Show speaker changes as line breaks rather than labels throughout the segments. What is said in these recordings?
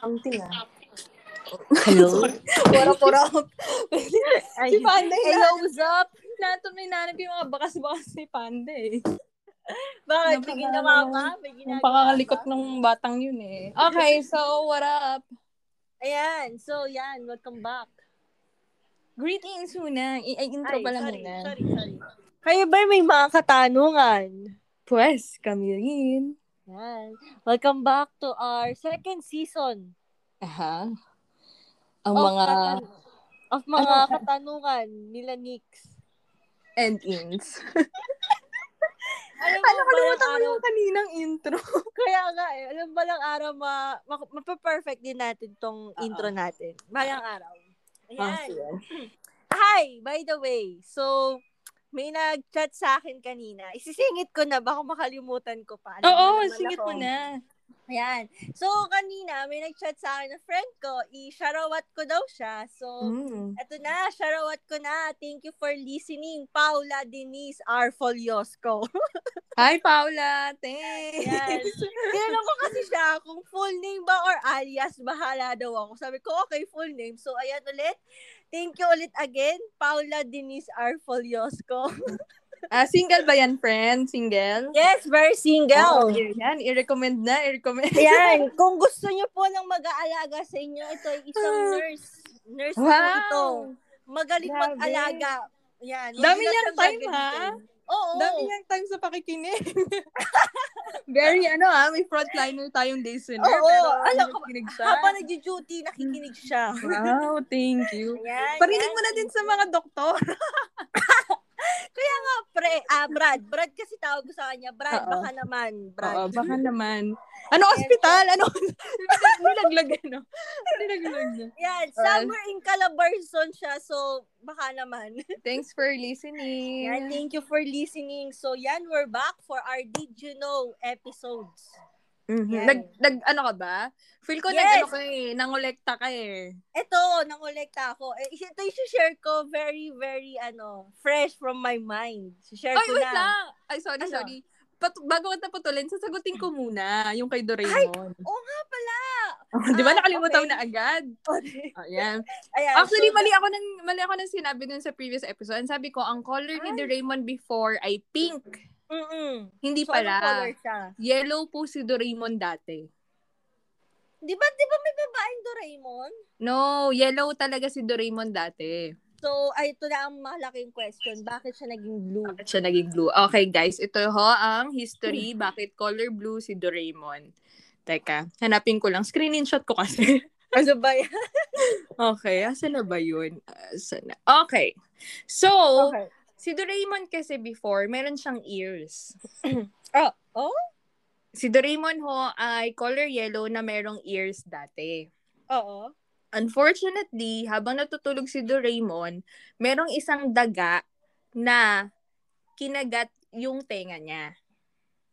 something ah.
Hello?
Pura-pura.
Ay,
si Panda yun.
hello, what's up? Nato may nanap yung mga bakas-bakas ni Panda eh. Bakit? May ginawa ka? May ginagawa
Ang
ka?
pakakalikot ng batang yun eh. Okay, so what up?
Ayan. So, yan. Welcome back.
Greetings muna. I- ay, intro
Ay,
pala
sorry,
muna.
sorry, sorry. Kayo ba may mga katanungan?
Pues, kami rin.
Yan. Welcome back to our second season
Aha. Ang
of,
mga Ano
katan- of mga katanungan nila Nix.
end-ins.
Alam mo,
Ano,
balang
nakalimutan ko
araw,
yung kaninang intro.
kaya nga eh, alam mo, balang araw, ma, ma, mapaperfect din natin tong intro natin. Balang araw.
Ah,
Ayan.
sige.
Hi, by the way. So, may nag-chat sa akin kanina. Isisingit ko na, baka makalimutan ko pa. Alam mo
Oo,
naman
singit
ako.
mo na.
Ayan. So, kanina, may nag-chat sa akin na friend ko. I-sharawat ko daw siya. So,
Mm.
eto na, sharawat ko na. Thank you for listening, Paula Denise R. Foliosco.
Hi, Paula. Thanks.
Ayan. Tinanong ko kasi siya kung full name ba or alias, bahala daw ako. Sabi ko, okay, full name. So, ayan ulit. Thank you ulit again, Paula Denise R. Foliosco.
Ah, single ba yan, friend? Single?
Yes, very
Oh,
single.
yan. I-recommend na. I-recommend.
Ayan, kung gusto niyo po ng mag-aalaga sa inyo, ito ay isang nurse. Nurse po ito.
Wow.
Magaling
Grabe.
mag-alaga. Ayan.
Dami
Magaling
niyang
siyang
time,
gagamitin. eh. Oo.
Dami niyang time sa pakikinig. Very, ano ah, may frontliner tayong listener.
Oo,
pero
alam ko-
nakikinig siya.
Habang nag-duty, nakikinig siya.
Wow, thank you.
Ayan,
Hmm. Parinig
ayan.
mo na din sa mga doktor.
Pre, ah, Brad. Brad kasi tawag ko sa kanya. Brad,
Oo.
baka naman.
Oo,
Brad.
baka naman. Ano ospital? Ano? Nilaglag, ano? Nilaglag na.
Ayan,
Oo.
somewhere in Calabarzon siya, so baka naman.
Thanks for listening.
Ayan, thank you for listening. So, yan, we're back for our Did You Know episodes.
Mhm.
Yan.
Nag, nag, ano ka ba? Feel ko nag,
Yes.
ano ka eh, nangolekta ka eh.
Eto, nangolekta ako. Eh, Ito yung share ko, very, very, ano, fresh from my mind. Share
Ay,
ko
wait
na.
lang. Ay, sorry,
Ano?
sorry. Pat, bago kita putulin, sasagutin ko muna yung kay Doraemon.
Oo nga pala.
Oh, di ba
Ah,
nakalimutan
okay.
na agad? Oh, Ayan.
Ayan,
Actually,
so-
mali ako ng mali ako ng sinabi dun sa previous episode. Ang sabi ko, ang color
Ah.
ni Doraemon before ay pink.
Mm-mm.
Hindi
So, anong
pala.
color siya?
Yellow po si Doraemon dati.
Di ba, di ba may babaeng Doraemon?
No, yellow talaga si Doraemon dati.
So, ay, ito na ang malaking question. Bakit siya naging blue?
Bakit siya naging blue? Okay, guys. Ito ho ang history. Bakit color blue si Doraemon? Teka, hanapin ko lang. Screenshot ko kasi.
Ano ba yan?
Okay, asan na ba yun? Asan na? Okay. So,
Okay.
si Doraemon kasi before, meron siyang ears.
Oh, oh?
Si Doraemon ho ay color yellow na merong ears dati.
Oo.
Unfortunately, habang natutulog si Doraemon, merong isang daga na kinagat yung tenga niya.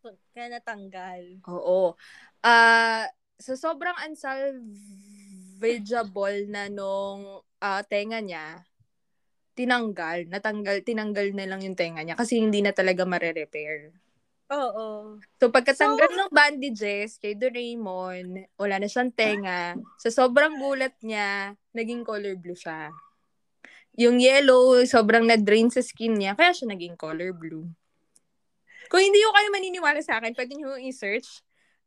So, Kaya natanggal.
Oo. Ah, sa sobrang unsalvageable na nung ah, tenga niya, tinanggal, natanggal, tinanggal na lang yung tenga niya kasi hindi na talaga mare-repair.
Oo.
So, pagkatanggal ng bandages kay Doraemon, wala na siyang tenga. Sa sobrang gulat niya, naging color blue siya. Yung yellow, sobrang na-drain sa skin niya, kaya siya naging color blue. Kung hindi ko kayo maniniwala sa akin, pwede nyo i-search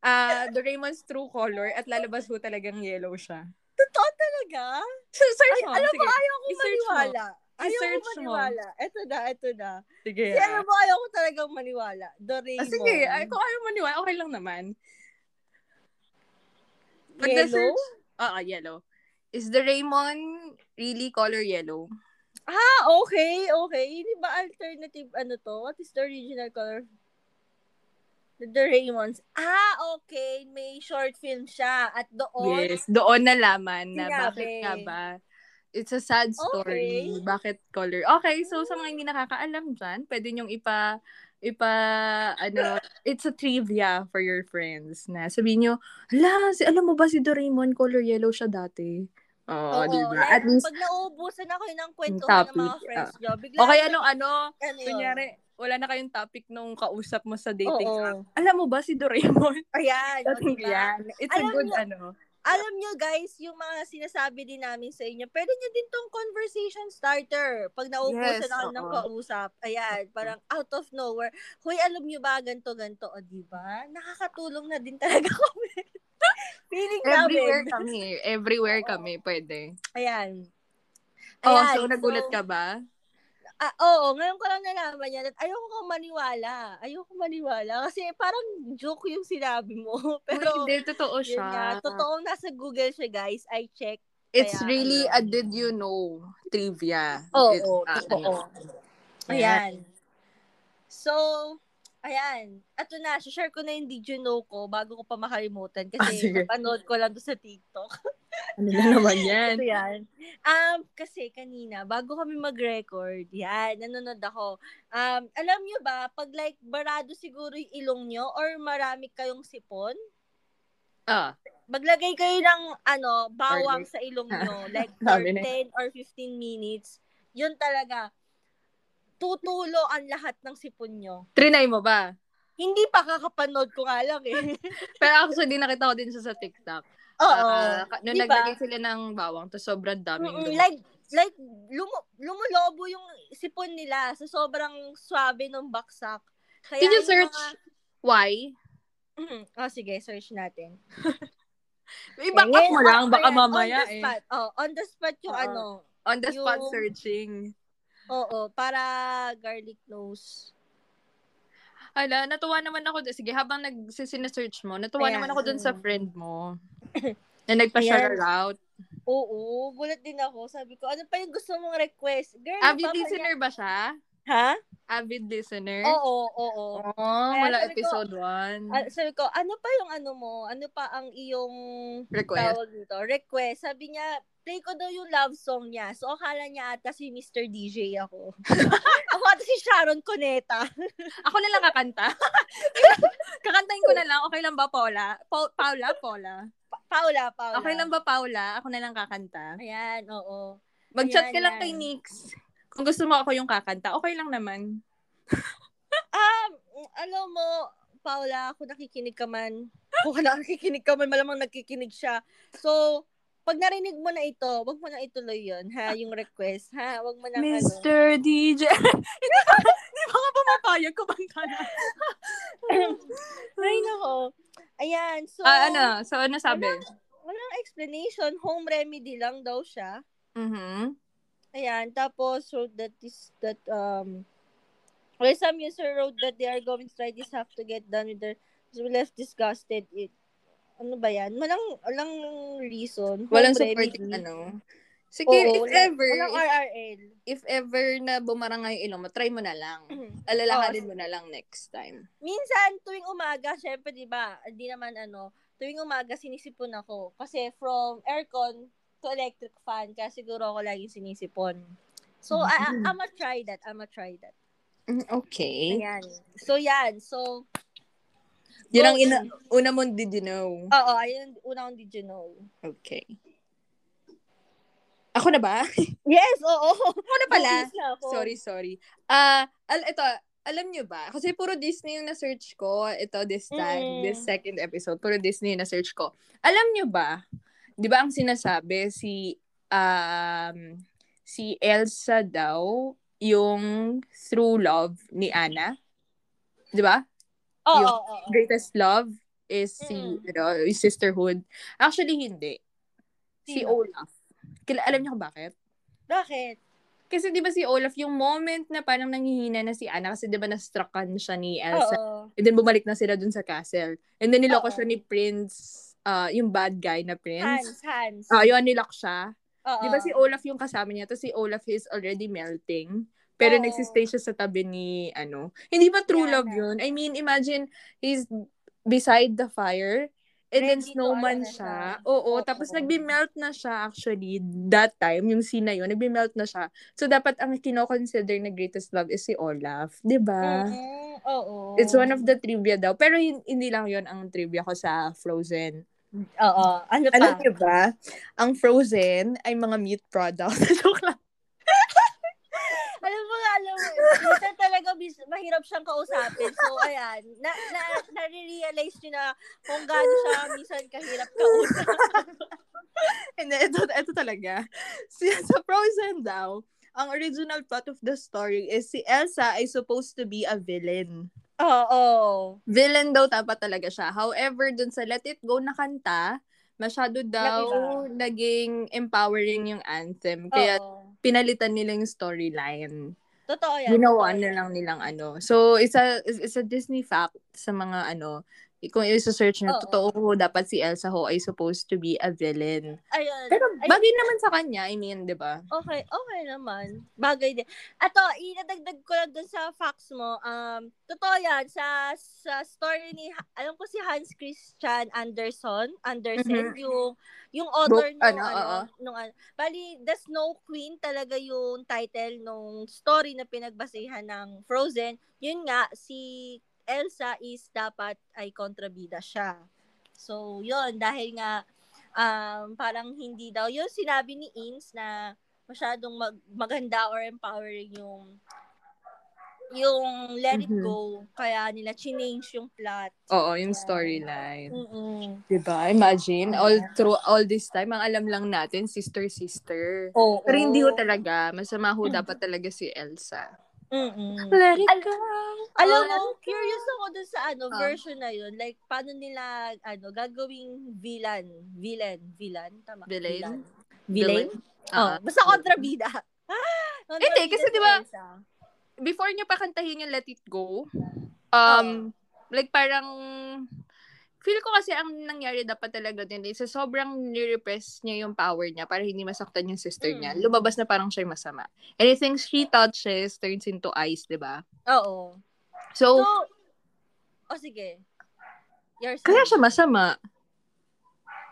ah, Doraemon's true color at lalabas ho talagang yellow siya.
Totoo talaga?
So, search
Ay,
mo.
alam
sige.
mo, ayaw ko
I-search mo.
maniwala. Ayaw
I-search
ko
mo.
maniwala. Eto na, eto na.
sige.
Kasi alam
ah.
mo, ayaw ko talagang maniwala. Doraemon.
Ah, sige, ay, kung kayo maniwala, okay lang naman. Pag
Yellow?
na-search- Oo, yellow. Is the Raymond really color yellow?
Ah, okay, okay. Hindi ba alternative ano to? What is the original color? The Doraemons. Ah, okay. May short film siya. At doon,
Yes. Doon nalaman na
Sinabi.
bakit nga ba. It's a sad story. Bakit color? Okay, so sa mga hindi nakakaalam dyan, pwede niyong ipa, ipa, ano, it's a trivia for your friends na sabihin niyo, ala, si, alam mo ba si Doraemon color yellow siya dati? Oo,
oo,
di
like,
ba? Oh, diba? At least,
pag nauubusan ako yun ang kwentuhan ng mga
topic, Ah.
friends nyo, bigla
okay, anong ano,
ano yun?
kunyari, wala na kayong topic nung kausap mo sa dating
Oo.
app. Alam mo ba si Doraemon?
Ayan. o,
Dating
diba?
yan. It's
Alam
a good,
mo-
ano.
Alam nyo guys, yung mga sinasabi din namin sa inyo, pwede nyo din tong conversation starter. Pag naubusan
Yes,
ako ng
oo.
kausap, ayan, parang out of nowhere, Hoy, alam nyo ba, ganto ganto o diba? Nakakatulong na din talaga kami. Feeling
Everywhere
namin.
kami. Everywhere kami. Pwede.
Ayan.
Oh,
Ayan,
so nagulat
so-
ka ba?
Ah, oo, ngayon ko lang nalaman yan. At ayoko kong maniwala. Ayoko maniwala. Kasi parang joke yung sinabi mo. Pero,
Hindi, totoo
yun nga.
siya.
Totoong nasa Google siya, guys. I check.
It's
Kaya,
really
ano.
a did you know trivia. It's, ah, ano.
Ayan. So, ayan. Ito na, share ko na yung did you know ko bago ko pa makalimutan.
Ah,
Kasi
sige.
napanood ko lang to sa TikTok.
Ano na naman yan?
Ito yan. Um, kasi kanina, bago kami mag-record, yan, nanonood ako. Um, alam nyo ba, pag like barado siguro yung ilong nyo or marami kayong sipon,
Ah,
maglagay kayo ng ano, bawang
Garlic.
sa ilong nyo, like for
Sabi na
10 or 15 minutes. Yun talaga. Tutulo ang lahat ng sipon nyo.
trinay mo ba?
Hindi pa kakapanood ko nga lang eh.
Pero actually, nakita ko din siya sa TikTok.
Oo.
Ah, ka- nung
Diba?
naglagay sila ng bawang, to sobrang daming
Mm-mm,
dumi.
like like lumo, lumulobo yung sipon nila sa sobrang swabe ng baksak. Kaya
Did you
yung
search
mga-
why?
Mm, oh, sige, search natin.
I-back up
Ayan,
mo lang,
oh,
baka
ayan,
mamaya
on the
eh. Ah.
spot. Oh, on the spot yung
Oo.
ano.
On the spot
Yung-
searching.
Oo, para garlic nose.
Ala, natuwa naman ako. dun- Sige, habang nagsisinesearch mo, natuwa
Ayan,
naman ako dun sa
mm.
friend mo. na nagpa-share out.
Oo, gulat din ako. Sabi ko, ano pa yung gusto mong request? Girl,
Avid
baka niya-
listener ba siya?
Ha?
Avid listener?
Oo, oo, oo.
Oo,
Kaya
mula
sabi ko,
episode 1.
Ah, sabi ko, ano pa yung ano mo? Ano pa ang iyong
Request.
tawag dito, request. Sabi niya, play ko daw yung love song niya. So, akala niya ata si Mr. DJ ako. ako ata si Sharon Cuneta.
Ako na lang kakanta. Kakantahin ko na lang. Okay lang ba, Paula? Pa- Paula? Paula?
Pa- Paula, Paula.
Okay lang ba, Paula? Ako na lang kakanta.
Ayan, oo.
Mag-chat
Ayan,
ka lang
yan.
kay Nix. Kung gusto mo ako yung kakanta, okay lang naman.
Um, alam mo, Paula, kung nakikinig ka man, kung na- nakikinig ka man, malamang nakikinig siya. So, pag narinig mo na ito, wag mo na ituloy yon ha? Yung request, ha? Wag mo na ano.
Mr. DJ. Hindi ba ka pumapayag ko bang kana?
Ay, nako. Ayan, so,
Ah, ano? So, ano sabi?
walang explanation. Home remedy lang daw siya.
Mhm.
Ayan, tapos wrote that is that um well, some user wrote that they are going to try this have to get done with their so left disgusted it. Ano ba yan? Walang, walang reason.
Walang
Home
supporting
remedy.
ano. Sige,
Oo,
if
wala-
ever,
Walang
if,
RRL.
if ever na bumarangay yung ilong mo, try mo na lang. Alalahanin mo na lang next time.
Minsan, tuwing umaga, syempre, di ba, di naman ano, tuwing umaga, sinisipon ako. Kasi from aircon to electric fan, kaya siguro ako laging sinisipon. So, I,
Mm-hmm.
I, I'ma try that. I'ma try that.
Mm, Okay.
Ayan. So, yan. So,
Yan ang
Oh,
ina- una mong did you know.
Oo, ayun, una kong did you know.
Okay. Ako na ba?
Yes, oo.
Ako
Ano
na pala.
Nabis na ako.
Sorry, sorry. Ah, al ito, alam nyo ba? Kasi puro Disney yung na-search ko. Ito, this time,
Mm.
this second episode, puro Disney yung na-search ko. Alam nyo ba? Di ba ang sinasabi si, um, si Elsa daw, yung true love ni Anna? Di ba?
Oo,
Yung
oo, oo.
greatest love is si
Mm.
ano, yung sisterhood. Actually, hindi. Si
Sino?
Olaf. Kila, alam niyo kung bakit?
Bakit?
Kasi di ba si Olaf, yung moment na parang nanghihina na si Anna, kasi di ba nastruckan siya ni Elsa.
Oo.
And then bumalik na sila dun sa castle. And then niloko
Oo.
siya ni Prince, ah, yung bad guy na Prince.
Hands, hands.
Ah, yun, nilok siya.
Oo.
Di ba si Olaf yung kasama niya? Tapos si Olaf is already melting. Pero
Oo.
nagsistay siya sa tabi ni, ano. Hindi ba true
Yana.
love yun? I mean, imagine, he's beside the fire. And then
Ready to,
snowman
ano na
siya.
siya.
Oo,
Oo.
tapos nagbi-melt na siya actually that time, yung scene na yun, nagbi-melt na siya. So dapat ang kinoconsider na greatest love is si Olaf, 'di ba?
Mm-mm, Oo.
ah. It's one of the trivia daw. Pero hin- hindi lang yun ang trivia ko sa Frozen.
Oo. Ano pa?
Alam niyo ba, ang frozen ay mga meat product. Joke lang.
Alam mo, alam mo, minsan talaga, bis- mahirap mahirap siyang kausapin. So, ayan. Na, na, nare-realize niyo na kung gaano siya minsan kahirap kausap.
And then, ito, ito talaga. Si, sa Frozen daw, ang original plot of the story is si Elsa ay supposed to be a villain.
Oo.
Villain daw dapat talaga siya. However, dun sa Let It Go na kanta, masyado daw naging empowering yung
Oh.
anthem. Kaya
Oo.
pinalitan nila yung storyline.
Totoo yan.
Ginawa
Totoo
na
yan.
lang nilang ano. So, it's a, it's a Disney fact sa mga ano, kung isa-search
Oo.
na totoo ho, dapat si Elsa ho ay supposed to be a villain.
Ayun.
Pero
Ayun.
bagay naman sa kanya, I mean, di ba?
Okay, okay naman. Bagay din. Ato, inadagdag ko lang dun sa facts mo. Um, totoo yan, sa, sa story ni, alam ko si Hans Christian Andersen, Andersen, yung, yung author
Book,
nung,
Mm-hmm. ano,
ano,
oo.
nung, ano. Bali, The Snow Queen talaga yung title nung story na pinagbasihan ng Frozen. Yun nga, si Elsa is dapat ay kontrabida siya. So, yun, dahil nga, um, parang hindi daw. Yung sinabi ni Ins na masyadong mag- maganda or empowering yung yung let it
Mhm.
go. Kaya nila chinange yung plot.
Oo, yung storyline.
Mm-mm.
Di ba? Diba? Imagine, all through all this time, ang alam lang natin, sister-sister.
Oo.
Pero hindi ho talaga. Masama ho dapat talaga si Elsa.
Mm-mm.
Let it
Al-
go.
Alam mo, curious ako dun sa ano,
Ah.
version na yun. Like, paano nila, ano, gagawing villain. Villain. Villain? Tama.
Villain?
Villain?
Ah.
Oh, basta kontrabida.
Hindi, kasi
Kontrabida
di ba-
si Elsa.
Before niya pa kantahin yung Let It Go, um, like parang, feel ko kasi ang nangyari dapat talaga din is sa sobrang nirepress niya yung power niya para hindi masaktan yung sister
Mm.
niya. Lumabas na parang siya yung masama. Anything she touches turns into ice, di ba?
Oo.
So,
So, oh sige. You're
kaya
saying-
siya masama.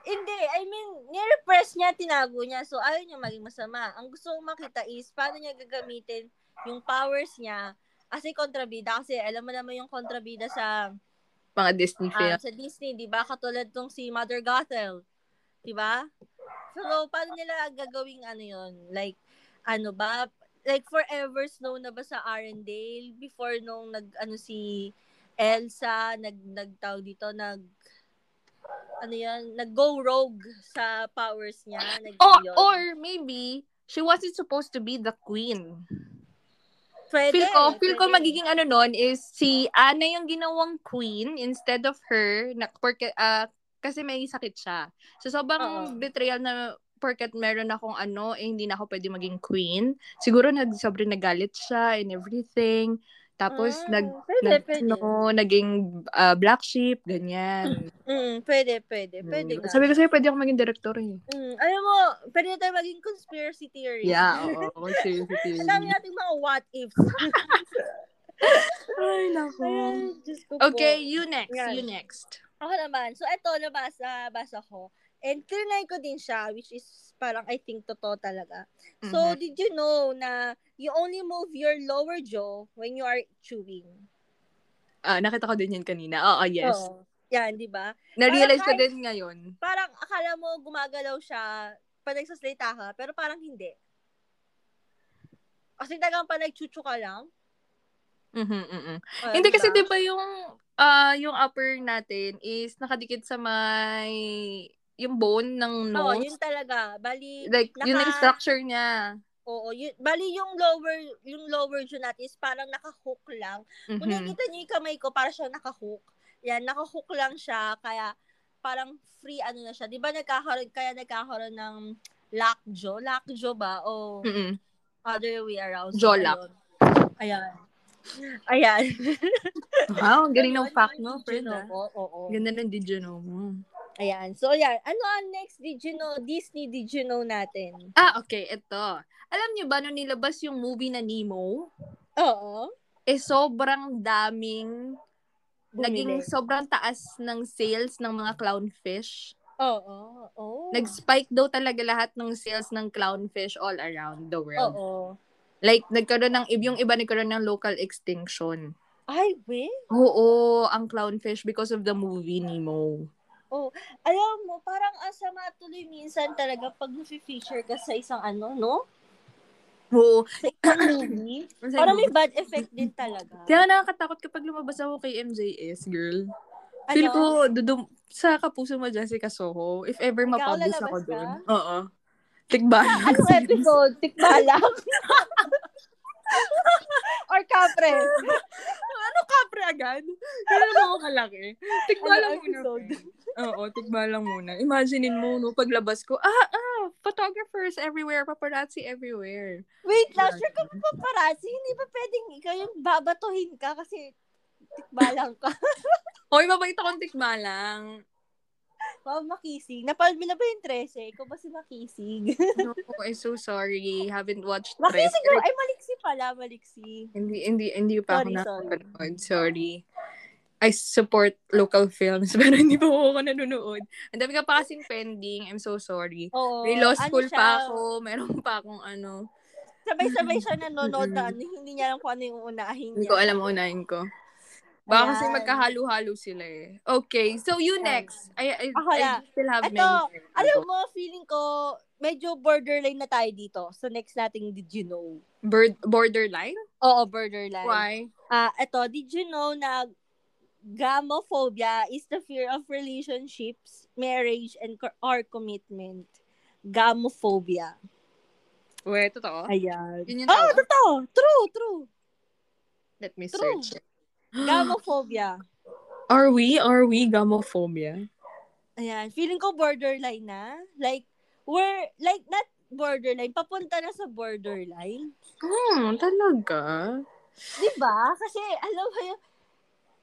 Hindi, I mean, nirepress niya, tinago niya. So, ayaw niya maging masama. Ang gusto kong makita is, paano niya gagamitin yung powers niya as a kontrabida. Kasi alam mo naman yung kontrabida sa
Mga Disney
um,
film.
sa Disney, di ba? Katulad tong si Mother Gothel. Di ba? So, paano nila gagawing ano yun? Like, ano ba? Like, forever snow na ba sa Arendelle? Before nung nag, ano si Elsa, nag, nagtaw dito, nag, ano yan, nag-go rogue sa powers niya. Nag,
Or,
yun.
Oh, or maybe, she wasn't supposed to be the queen.
Pwede,
Feel ko, feel ko
pwede.
magiging ano nun is si Anna yung ginawang queen instead of her na, porque, ah, kasi may sakit siya. So, sobrang
Oo.
betrayal na porket meron akong ano, eh, hindi na ako pwede maging queen. Siguro nag, sobrang nagalit siya and everything. Tapos,
Ah,
nag,
pwede,
nag-
pwede.
ano, naging ah, black sheep, ganyan.
Mm, pwede, pwede, pwede.
Mm.
nga.
Sabi ko sa'yo, pwede akong maging director eh.
Mm, alam mo, pwede tayo maging conspiracy theory.
Yeah, oo. oo, seriously.
Ang dami nating mga what ifs.
Ay, nako.
Ay, Diyos ko po.
Okay, you next. You next.
Ako naman. So, eto, nabasa, nabasa ko. And clear ko din siya, which is parang I think totoo talaga. So,
Mhm.
did you know na you only move your lower jaw when you are chewing?
Ah, nakita ko din yun kanina. Oo, yes.
Oo. Yan, di ba?
Na-realize ko
Parang
din ngayon.
Parang akala mo gumagalaw siya pag nagsasalita ka, pero parang hindi. Kasi tagang pa nagchuchu ka lang.
Mhm, mhm.
Ah, di
Hindi kasi
ba?
'di ba yung ah yung upper natin is nakadikit sa may yung bone ng
Oo,
nose.
yun talaga. Bali,
like yun
naka-
yung structure niya.
oo, yun, bali yung lower, yung lower jaw natin is parang nakahook lang. Kung
Mhm.
nakikita niyo yung kamay ko, para siya nakahook. Yan, nakahook lang siya, kaya parang free ano na siya. Di ba nagkakaroon, kaya nagkakaroon ng lockjaw? Lockjaw ba? O
Mhm.
other way around?
Jaw lock.
Ayan. Ayan.
Wow, ang galing ng
Ano
fact
yung
no,
did
Fred.
you know
ah.
ko? Oo.
Ganda ng did you know mo.
Ayan. So, ayan. Ano ang next did you know? Disney did you know natin?
Ah, okay, ito. Alam niyo ba nung nilabas yung movie na Nemo?
Oo.
eh sobrang daming naging
Bumili.
sobrang taas ng sales ng mga clownfish.
Oo. Oo.
Nag-spike daw talaga lahat ng sales ng clownfish all around the world.
Oo.
Like nagkaroon ng yung iba nagkaroon ng local extinction.
Ay, wait.
Oo, ang clownfish because of the movie Nemo.
Alam mo, parang asama tuloy minsan talaga pag feature ka sa isang ano, no?
Oo.
Maybe.
Parang may bad effect din talaga.
Kaya nakakatakot kapag lumabas ako kay MJS, girl.
Ano?
Feel ko, dudum sa kapuso mo, Jessica Soho, if ever
Ikaw,
mapublish ako
lalabas ka?
doon. Oo. Tikba.
Anong episode? Tikba lang? Or kapre?
ano kapre agad? Ganun mo ako kalaki. Tikba
Ano
lang
episode?
muna. Oo, tikba lang muna. Imaginein mo, no, paglabas ko, ah, ah, photographers everywhere, paparazzi everywhere.
Wait lang, sure ka pa paparazzi? Hindi ba pwedeng ikaw yung babatuhin ka kasi tikba lang ka?
Hoy, mabait akong tikba lang.
Wow, makisig. Napanood mo na ba yung 13? Ikaw ba si makisig?
No, I'm so sorry. Haven't watched Tres.
makisig ko. Ay, maliksi pala, maliksi.
Hindi, hindi, hindi pa
Sorry,
ako
sorry.
nakapanood. Sorry. I support local films, pero hindi pa po ako nanonood. Ang dami ka pa kasing pending. I'm so sorry.
Oo.
May law
ano
school
siya,
pa ako. Meron pa akong ano.
Sabay-sabay siya nanonood na
Mm-mm.
ano, hindi niya alam kung ano yung unahin
Hindi
niya.
ko alam ano unahin ko. Baka kasi
Ayan.
magkahalo-halo sila eh. Okay, so you
Ayan.
next. I, I,
Ako
I
na.
still have
Ito, ano?
many.
Alam mo, feeling ko, medyo borderline na tayo dito sa next nating Did You Know?
Bird, borderline?
Oo, borderline.
Why?
Ah, eto, did you know na gamophobia is the fear of relationships, marriage, and co- or commitment? Gamophobia.
Wait, totoo?
Ayan.
Yun yung
Oh,
tawag.
totoo. True, true.
Let me
True.
search it.
Gamophobia.
Are we, are we gamophobia?
Ayan. Feeling ko borderline na. Like, we're, like, not borderline. Papunta na sa borderline.
Hmm, talaga?
Di ba? Kasi, alam mo yung,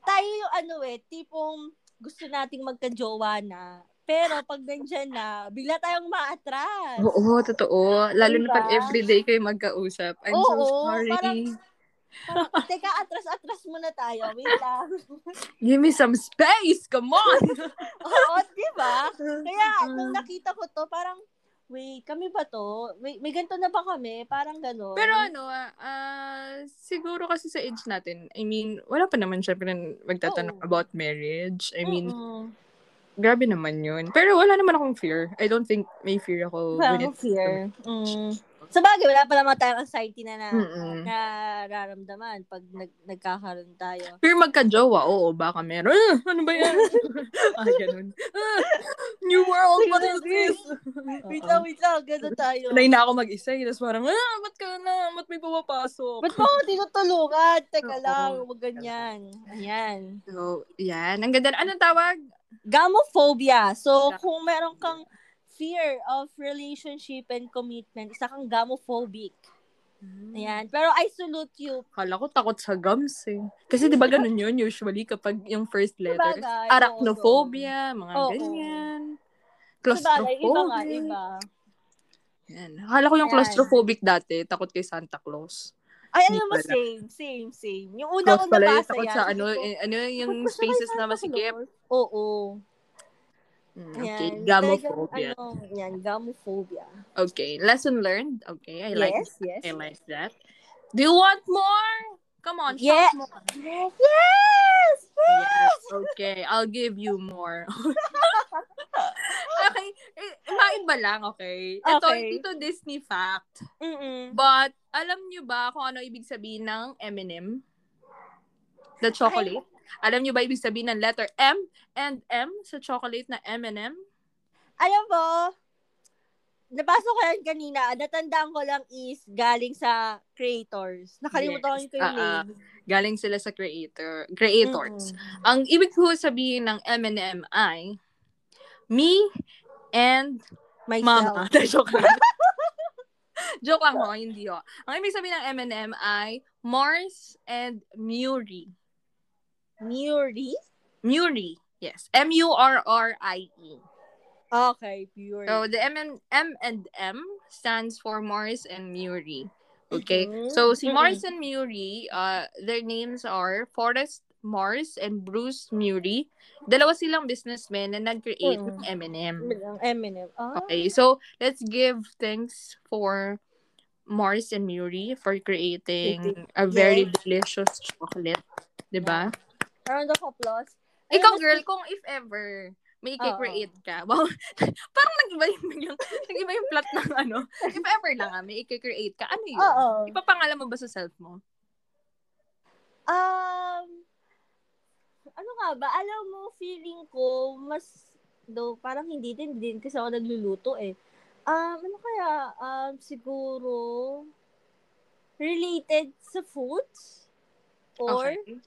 tayo yung ano eh, tipong gusto nating magka-jowa na. Pero pag nandyan na, bigla tayong ma-attract.
Oo, totoo. Lalo na pag
Diba?
everyday kayo magkausap. I'm so
Oo,
sorry.
parang- Parang, Teka, atras-atras muna tayo. Wait lang.
Give me some space! Come on!
Oo, di ba? Kaya, nung
Mm.
nakita ko to, parang, wait, kami ba to? Wait, may ganito na ba kami? Parang gano'n.
Pero ano, ah, ah, siguro kasi sa age natin, I mean, wala pa naman syempre na magtatanong
Oo.
about marriage. I mean,
Mm-mm.
grabe naman yun. Pero wala naman akong fear. I don't think may fear ako.
parang
when it-
fear. Mm. Sa bagay, wala pa naman tayong anxiety na na
Mm-mm.
nararamdaman pag nag, nagkakaroon tayo.
Fear magka-jowa, oo, baka meron. Ah, ano ba yan? ah, ganun. Ah, new world, what is this?
Wait
Oo.
lang, wait lang, gano'n tayo.
Sanay na ako mag-isa. eh. Tapos parang, ah, ba't ka na? Ba't may pumapasok?
Ba't mo ako tinutulungan? Teka
Oo.
lang, huwag ganyan. Ayan.
So, yan. Ang ganda. Anong tawag?
Gamophobia. So, kung meron kang fear of relationship and commitment, isa kang gamophobic. Ayan. Pero I salute you.
Kala Hmm. ko takot sa gums eh. Kasi di ba ganun yun usually kapag yung first letter?
Sabagay,
Arachnophobia, mga
Oo.
ganyan.
Sabagay,
Claustrophobic.
iba nga, iba.
Yan. Kala ko yung
Ayan.
claustrophobic dati, takot kay Santa Claus.
Ay, alam
Hindi
mo,
pala.
same, same, same. Yung una ko
Claus pala,
nabasa
takot
yan.
sa ano,
sabi ko,
eh, ano yung
"Ba't gusto
spaces
kayo
na
Santa
masikip.
Claus?" Oo. Ayan.
Mm, Okay, gamophobia.
Talagang, ano, yan, gamophobia.
Okay, lesson learned. Okay, I like
yes, yes.
I like that. Do you want more? Come on, shout
Yeah.
more.
Yes! Yes!
Yes, okay. I'll give you more. okay, eh, maiba lang, okay? Ito,
Okay.
ito Disney fact.
Mm-mm.
But, alam nyo ba kung ano ibig sabihin ng M&M? The chocolate? Alam nyo ba ibig sabihin ng letter M and M sa chocolate na M&M?
alam mo, nabasa ko yan kanina, natandaan ko lang is galing sa creators. Nakalimutan
Yes,
ko yung
ah,
name.
Galing sila sa creator, creators. Ang ibig ko sabihin ng M&M ay me and
Mm, myself.
Mama. Joke lang. Joke lang ho, hindi ho. Ang ibig sabihin ng M&M ay Mars and Muri.
Muri?
Muri. Yes. M-U-R-R-I-E.
Okay, pure.
So, the M and M and M stands for Mars and Muri. Okay?
Mhm.
So, si
Mm-mm.
Mars and Muri, uh, their names are Forrest Mars and Bruce Muri. Dalawa silang businessmen na nag-create ng M&M.
Ang Eminem. Ah,
Okay, so let's give thanks for Mars and Muri for creating a very
Yes.
delicious chocolate. Diba?
round of applause. Alam
Ikaw,
mo,
girl, kung if ever May i-create ka. Wow. Parang nag-iba yung, biglang- nag-iba yung plot ng ano. If ever lang ah, may i-create ka, ano yun?
Oo.
Ipapangalan mo ba sa self mo?
Um, ano nga ba? Alam mo, feeling ko, mas, do parang hindi din din kasi ako nagluluto eh. Um, ano kaya? Um, siguro, related sa foods? Or,
Okay.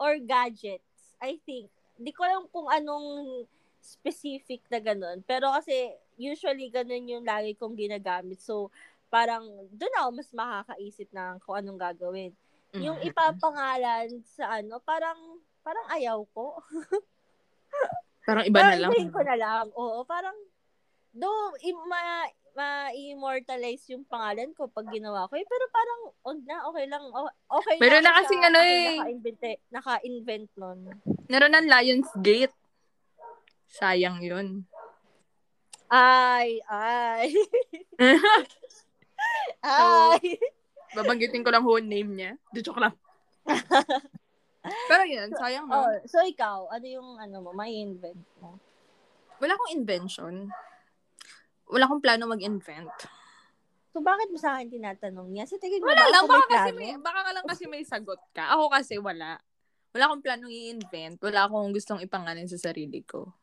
or gadgets, I think. Di ko alam kung anong specific na ganun. Pero kasi, usually ganun yung lagi kong ginagamit. So, parang, doon ako mas makakaisip na kung anong gagawin. Yung
Mm.
ipapangalan sa ano, parang parang ayaw ko.
Parang iba na
Parang
lang.
ibahin ko na lang. Oo, parang though i- ma, ma-immortalize yung pangalan ko pag ginawa ko. Eh, pero parang, wag na, okay lang. O- Okay
Meron
lang
na kasing ano eh.
Naka-invent, naka-invent nun.
Meron ng Lionsgate. Sayang yun.
Ay, ay. ay.
Babanggitin ko lang whole name niya. Di joke lang. Pero yun, sayang
Oh,
no?
so ikaw, ano yung ano mo, may invent mo?
Wala akong invention. Wala akong plano mag-invent.
So bakit mo sa akin tinatanong niya? Sa tingin mo
Wala
ba
lang,
ako
baka
may
kasi
plano?
may, baka ka lang kasi may sagot ka. Ako kasi wala. Wala akong planong i-invent. Wala akong gustong ipangalan sa sarili ko.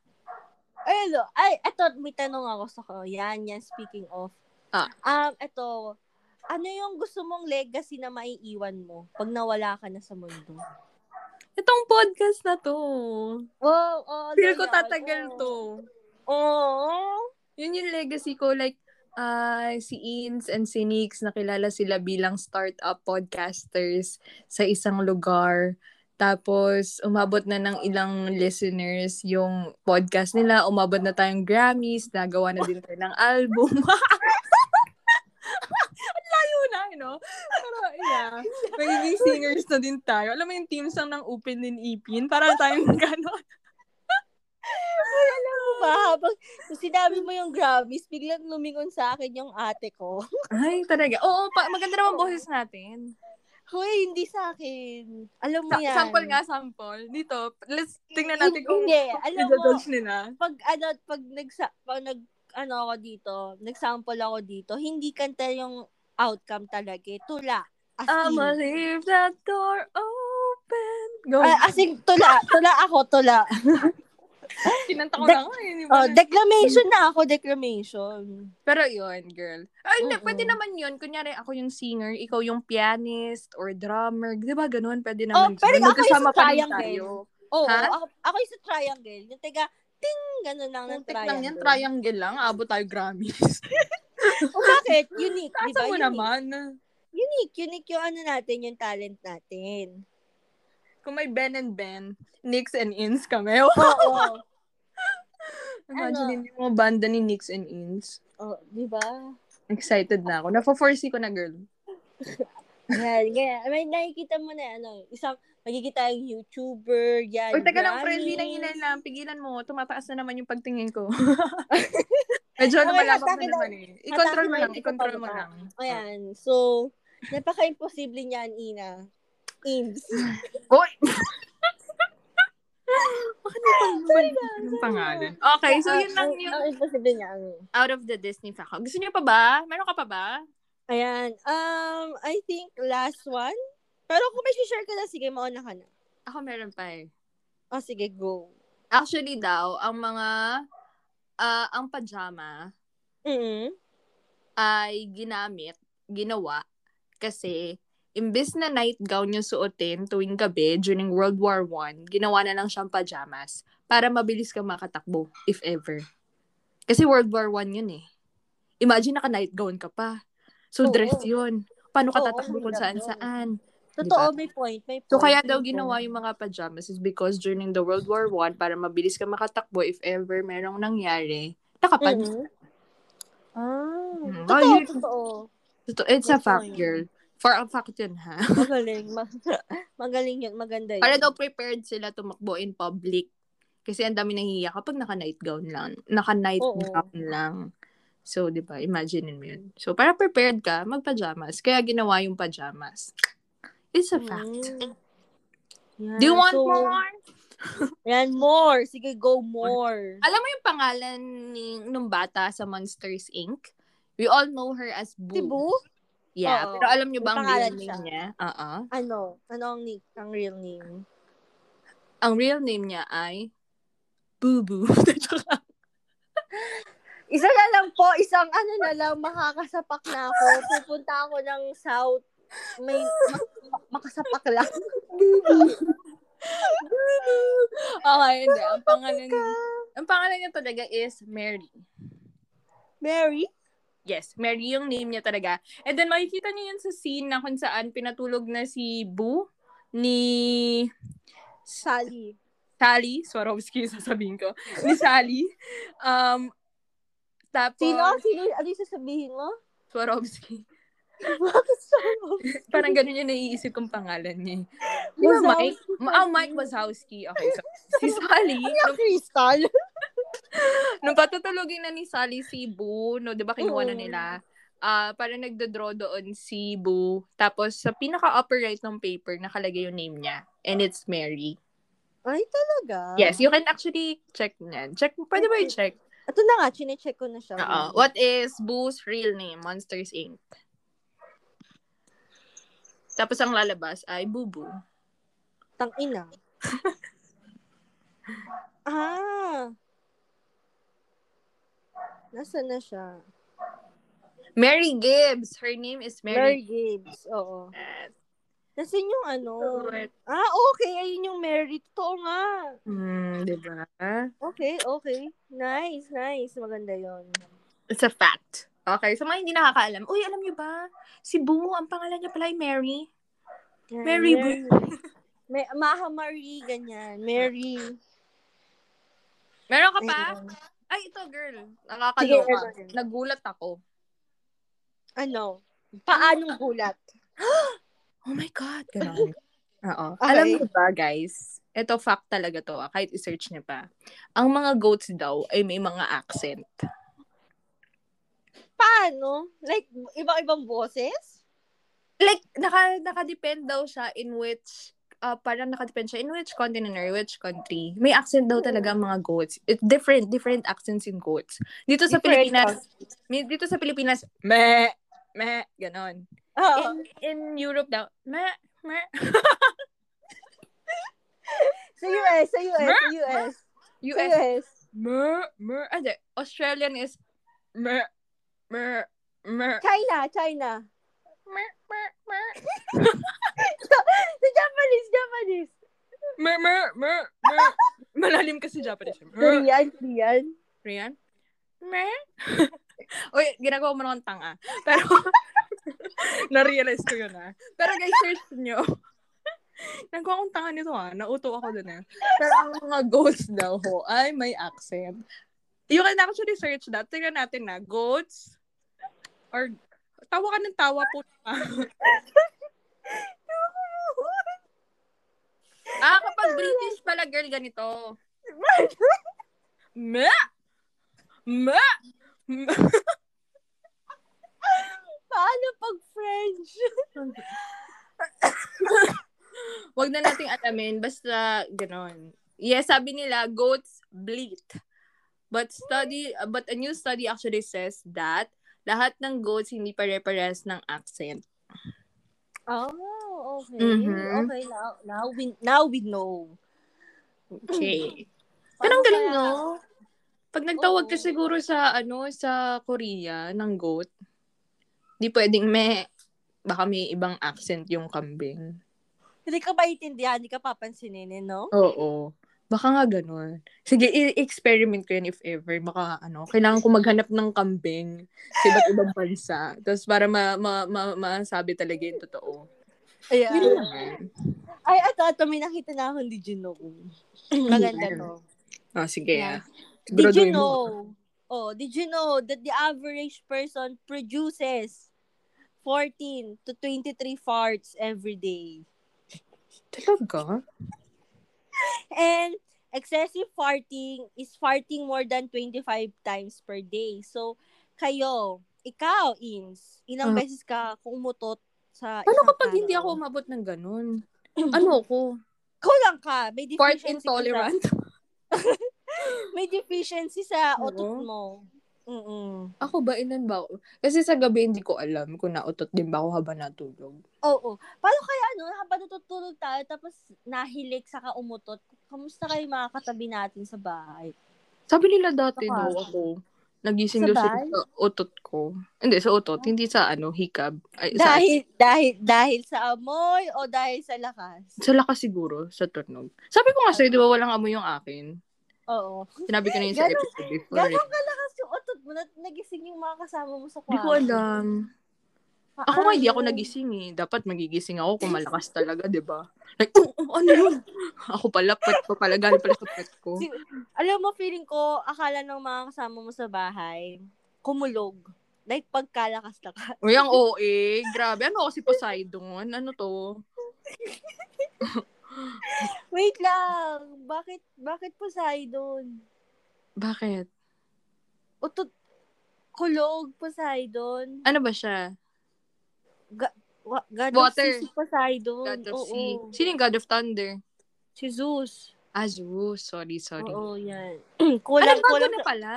Ay, lo, ay, eto, may tanong ako sa ko. Yan, yan, speaking of.
Ah.
Um, eto, ano yung gusto mong legacy na maiiwan mo pag nawala ka na sa mundo?
Itong podcast na to.
Oh, oh,
Feel ko
Lola,
tatagal
oh.
to.
Oh,
Yun yung legacy ko. Like, ah, si Ins and si Nix, nakilala sila bilang startup podcasters sa isang lugar. Tapos, umabot na ng ilang listeners yung podcast nila. Umabot na tayong Grammys. Nagawa na din tayo ng album. Ang layo na, you know? Pero, yeah. Magiging singers na din tayo. Alam mo yung team song ng Upin and Ipin? Parang tayong gano'n.
ba, habang nung sinabi mo yung Grammys, biglang lumingon sa akin yung ate ko.
Ay, talaga. Oo, pa- maganda naman boses natin.
Hoy, hindi sa akin. Alam mo
Sa-
yan.
sample nga, sample. Dito, let's tingnan natin kung
Hindi, alam mo,
i-judge nila.
pag ano, pag nagsa, pag nag, ano ako dito, nagsample ako dito, hindi kanta yung outcome talaga. eh. Tula. As in.
I'ma leave that door open. Hmm. Go.
Ah, as in, tula. Tula ako, tula.
Kinanta ko
dek-
na nga. yun, yung
Oh,
parang-
declamation na ako, declamation.
Pero yun, girl. Ay, hindi,
Mm-mm.
pwede naman yun. Kunyari, ako yung singer, ikaw yung pianist or drummer. Di ba ganun? Pwede
Oh,
naman.
pero
yun.
ako yung
Magkasama
sa
pa rin
triangle.
tayo.
Oo,
Ha?
ako, ako yung sa triangle. Yung tiga, ting, ganun lang ng
Muntik
triangle.
lang yan, triangle lang. Abot tayo Grammys.
O bakit? Unique, di ba?
Tasa mo
Unique.
naman.
unique, unique yung ano natin, yung talent natin.
Kung may Ben and Ben, Nix and Ins kami.
Oh, Oo.
Imagine yun yung mga banda ni Nix and Ins.
oh, di ba?
Excited na ako. Napo-foresee ko na, girl.
Yan, ganyan. May nakikita mo na, ano, isang, magiging tayong YouTuber, yan.
Uy, taga lang, friend.
Grammys.
Hinanginan lang. Pigilan mo. Tumataas na naman yung pagtingin ko. Medyo ano
Okay,
malabang
atake
na
na-
naman eh. I-control
atake
mo
na
lang.
yung Oh,
I-control mo
kapalpa.
lang. Oh.
Ayan, so, napaka-imposible niyan, Ina. Ins.
Uy! Bakit napag- Anong pangalan? Okay,
Oh,
so yun lang yung
Ah, Ang imposible niya. ano.
out of the Disney fact. Gusto niyo pa ba? Meron ka pa ba?
Ayan, um, I think last one. Pero kung may share ka na, sige, mauna ka na.
Ako meron pa eh.
O, sige, go.
Actually daw, ang mga, ah, ang pajama,
Mm-mm.
ay ginamit, ginawa, kasi imbes na nightgown yung suotin tuwing gabi during World War I, ginawa na lang siyang pajamas para mabilis kang makatakbo, if ever. Kasi World War I yun eh. Imagine naka-nightgown ka pa. So,
Oo.
dress yun. Paano ka
Oo,
tatakbo kung
hirap yun.
saan-saan?
Totoo, may point, may point.
Diba? So, kaya daw
may
ginawa
point.
yung mga pajamas is because during the World War I, para mabilis ka makatakbo if ever merong nangyari, nakapad.
Mm-mm. Mm-hmm. Ah,
Mm.
totoo,
Oh, yun-
totoo.
Totoo, It's a
Good
fact,
point.
girl. For a fact yun, ha?
Magaling. Ma- magaling yun. Maganda yun.
Para daw prepared sila tumakbo in public. Kasi ang dami nahihiya kapag naka-nightgown lang. Naka-nightgown lang. So, di ba? Imagine mo yun. So, para prepared ka, magpajamas. Kaya ginawa yung pajamas. It's a fact.
Mm. Mm-hmm. Yeah,
Do you want
so,
more?
Yan, more. Sige, go more.
Alam mo yung pangalan ni, nung bata sa Monsters, Inc.? We all know her as Boo.
Si Boo?
Yeah,
Oo.
pero alam nyo
May
ba ang real
pangalan
name
siya.
niya? Oo.
Ano? Ano ang, ni- ang real name?
Ang real name niya ay Boo Boo.
Isa na lang po, isang ano na lang, makakasapak na ako. Pupunta ako ng South. May mak- makasapak lang.
okay, hindi. Ang pangalan, ang pangalan niya talaga is Mary.
Mary?
Yes, Mary yung name niya talaga. And then makikita niyo yun sa scene na kung saan pinatulog na si Boo ni
Sally.
Sally Swarovski, sasabihin ko. Ni Sally. Um, tapos,
Sino? Sino? Ano yung sasabihin mo?
Swarovski.
Bakit Swarovski?
Parang ganun yung naiisip kong pangalan niya. eh. Di ba Mike? Ma- ah, Mike Wazowski. Okay, so, si Sally. nung,
Crystal?
nung patutulogin na ni Sally si Boo, no, di ba kinuha na
Oo.
nila? Ah, parang nagdodraw doon si Boo. Tapos, sa pinaka-upper right ng paper, nakalagay yung name niya. And it's Mary.
Ay, talaga?
Yes, you can actually check niyan. Check, pwede ba i-check?
Ito na nga, chinecheck ko na siya.
Oo. What is Boo's real name? Monsters, Inc. Tapos ang lalabas ay Bubu.
Tang ina. ah. Nasaan na siya?
Mary Gibbs. Her name is
Mary
Mary,
Gibbs. Oo.
Gibbs.
Nasaan yung ano? Ah, okay. Ayun yung Mary. Totoo nga.
Hmm, diba?
Okay, okay. Nice, nice. Maganda yon.
It's a fact. Okay, sa mga hindi nakakaalam, uy, alam niyo ba? Si Boo, ang pangalan niya pala ay Mary.
Yan,
Mary
May, Maha Marie, ganyan. Mary.
Meron ka pa?
Ayun.
Ay, ito, girl.
Sige,
Nakakaloka.
meron.
Nagulat ako.
Ano? Paanong gulat?
Oh my God. Ganun. Oo.
Okay.
Alam niyo ba, guys? Ito, fact talaga to. ah, Kahit isearch niyo pa. Ang mga goats daw ay may mga accent.
Paano? Like, ibang-ibang boses?
Like, naka, nakadepend daw siya in which, ah, parang nakadepend siya in which continent or which country. May accent daw talaga ang mga goats. It's different, different accents in goats. Dito sa
Different
Pilipinas, mi- dito sa Pilipinas, meh, meh, ganon.
Oo.
In, in Europe daw, meh, meh.
Sa US, sa US, sa
Mer-
US. Sa
US,
US.
mer, mer. Ah, di. Australian is mer, mer, mer,
China, China.
mer, mer, mer,
Sa Japanese, Japanese.
mer, mer, mer, mer. Malalim kasi Japanese. Mer.
Korean, Korean.
Rian? Mer? Ano Uy, ginagawa mo na akong tanga. Pero, na-realize ko yun ah. Pero guys, search nyo. Nagawa akong tanga nito ah. Nauto ako dun eh. Pero ang mga goats daw ho, ay may accent. You can actually search that. Tingnan natin na. Goats? Or, tawa ka ng tawa po. ah, kapag British pala girl, ganito. Me? Me? Me?
Paano pag French?
Wag na nating alamin. Basta, ganon. Yes, sabi nila, goats bleat. But study, but a new study actually says that lahat ng goats hindi pare-pares ng accent.
Oh, okay.
Mhm.
Okay, now, now, we, now we know.
Okay.
Paano
Hmm. Pero ang galing,
kaya-
no? Pag nagtawag ka
Oo.
siguro sa, ano, sa Korea ng goat, di pwedeng me, baka may ibang accent yung kambing.
Hindi ka maintindihan, hindi ka papansinin, eh, no?
Oo. Baka nga ganun. Sige, i-experiment ko yan if ever. Baka ano, kailangan ko maghanap ng kambing sa iba't ibang bansa. Tapos para ma, ma, ma, masabi talaga yung totoo. Yun
Ayan.
naman.
Ay, ato, ato, may nakita na akong did you know. Maganda to.
Oh, sige.
Yeah.
ah.
Did you
Siguraduhin mo.
know? Oh, did you know that the average person produces 14 to 23 farts every day?
Talaga?
And excessive farting is farting more than 25 times per day. So, kayo, ikaw, Ins, ilang
Ah.
beses ka kumutot sa
Paano
isang
kapag hindi
araw?
ako umabot ng ganun? Ano ko?
Kulang ka. May
Court
deficiency ka sa-
intolerant.
May deficiency sa
Oo.
utot mo. Mm-mm.
Ako ba, inan ba ako? Kasi sa gabi, hindi ko alam kung nautot din ba ako habang natulog.
Oo. Paano kaya ano, habang natutulog tayo, tapos nahilik, saka umutot, kamusta kayo mga katabi natin sa bahay?
Sabi nila dati,
Saka?
no, ako, nagising daw sila
Sabay?
sa utot ko. Hindi, sa utot. Hindi sa, ano, hikab. Ay,
Ah.
sa-
Dahil, dahil, dahil sa amoy o dahil sa lakas?
Sa lakas siguro, sa turnog. Sabi ko nga sa'yo, di ba walang amoy yung akin?
Oo.
Sinabi ko na yun sa
Ganun-
episode before. eh.
Gano'ng kalakas yung utot mo na nagising yung mga kasama mo sa kwarto? Ah,
Hindi ko alam. Ako nga, hindi ako
Paano?
nagising eh. Dapat magigising ako kung malakas talaga, di ba? Like, oh, oh, ano yun? Ako pala, pet ko pala. Galing pala sa pet ko.
Si- Alam mo, feeling ko, akala ng mga kasama mo sa bahay, kumulog. Like, pagkalakas-lakas.
Uy, ang OA. Grabe. Ano ako si Poseidon? Ano to?
Wait lang! Bakit, bakit Poseidon?
Bakit?
Utot, kulog, Poseidon.
Ano ba siya?
Wa- God
Water.
of Sea si Poseidon.
God of
Oo.
Sea. Sino yung God of Thunder?
Si Zeus.
Ah, Zeus. Sorry, sorry.
Oo, yan.
Alam,
kulang,
bago
kulang,
na
sa,
pala.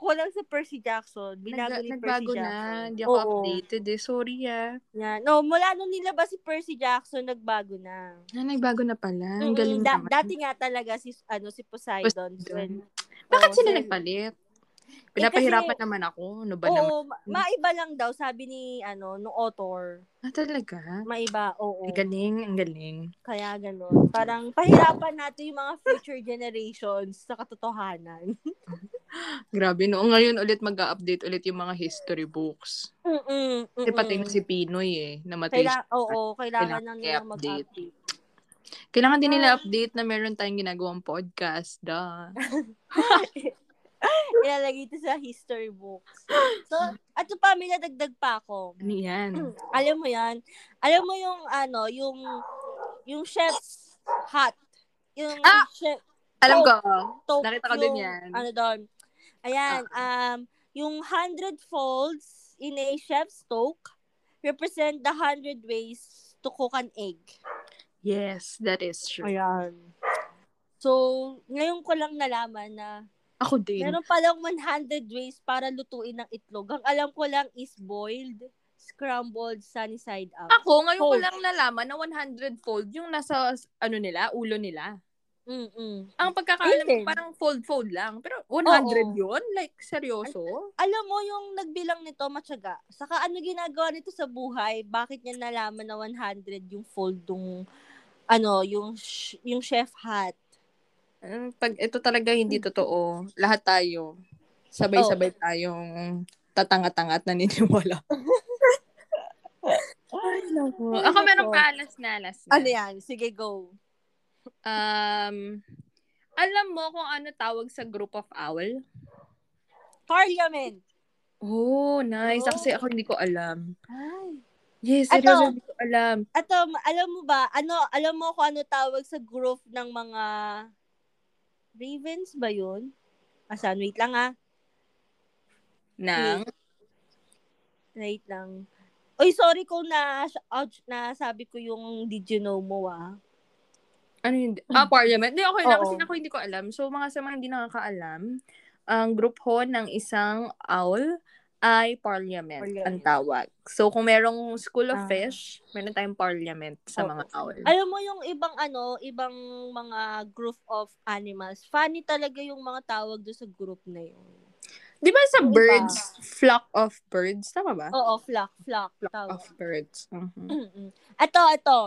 kulang sa Percy Jackson. Binago
Nag-
ni
nagbago
Percy
na.
Jackson.
Hindi ako
Oo.
updated eh. Sorry ah.
Yan. No, mula nung nilabas si Percy Jackson, nagbago na.
Ah, nagbago na pala. Ang
Mm,
galing
da-
naman.
dati nga talaga si ano si Poseidon.
Poseidon.
When-
Bakit
Oo,
sila
so-
nagpalit?
Eh, kasi-
Pinapahirapan naman ako. Ano ba naman?
Oo, ma- maiba lang daw sabi ni ano nung author.
Ah, talaga?
Maiba, oo.
Ang galing, ang galing.
Kaya ganun. Parang pahirapan natin yung mga future generations sa katotohanan.
Grabe, no? Ngayon ulit mag-update ulit yung mga history books.
Mm-mm.
Kasi
mm-mm.
patay na si Pinoy eh. Namatay
Kaila-
siya.
oo, kailangan
Kailangan
lang nilang
i-update.
mag-update. Ah.
Kailangan din nila update na meron tayong ginagawang podcast. Duh.
Ilalagay ito sa history books. So, at yung Pamela, dagdag pa ako.
Ano yan?
Alam mo yan? Alam mo yung ano, yung yung chef's hat. Yung
Ah!
chef,
Alam
Oh.
ko. ah.
Tokyo,
Nakita ko din yan. Ah.
Ano doon. Ayan, um, yung 100 folds in a chef's toque represent the 100 ways to cook an egg.
Yes, that is true.
Ayan. So, ngayon ko lang nalaman na
Ako din.
meron palang 100 ways para lutuin ng itlog. Ang alam ko lang is boiled, scrambled, sunny side up.
Ako, ngayon ko
Fold.
lang nalaman na 100 fold yung nasa, ano nila, ulo nila.
Mm-mm.
Ang pagkakaalam ko,
Ayun.
parang fold-fold lang. Pero 100
Oo.
yun? Like, seryoso?
Alam mo yung nagbilang nito, matyaga. Saka ano ginagawa nito sa buhay? Bakit niya nalaman na 100 yung fold ng ano, yung sh- yung chef hat.
Eh, Pag ito talaga hindi totoo, lahat tayo, sabay-sabay tayong tatanga-tanga at naniniwala. Ay, naku. Ako meron pa alas na alas na.
Ano yan? Sige, go.
Um, alam mo kung ano tawag sa group of owl?
Parliament.
Oh, Ano? nice.
Oh.
Kasi ako hindi ko alam.
Ay.
Yes,
Ito.
seryoso, hindi ko alam.
Ato, alam mo ba, ano, alam mo kung ano tawag sa group ng mga Ravens ba yun? Asan? Wait lang ah.
Nang?
Wait lang. Oy, sorry kung na, ouch, nasabi ko yung did you know mo ah.
Ano yun? Ah, parliament. Hindi, okay
Um,
lang.
Oo.
Kasi ako hindi ko alam. So, mga sa mga hindi nakakaalam, ang group ho ng isang owl ay parliament,
Parliament.
ang tawag. So, kung merong school
Ah.
of fish, meron tayong parliament sa
Oo.
mga owl.
Alam mo yung ibang ano, ibang mga group of animals, funny talaga yung mga tawag doon sa group na yun.
Di ba sa
Iba.
birds, flock of birds? Tama ba?
Oo, flock, flock,
Flock
tawag.
of birds. Mhm.
Mm-mm. Ato, ato.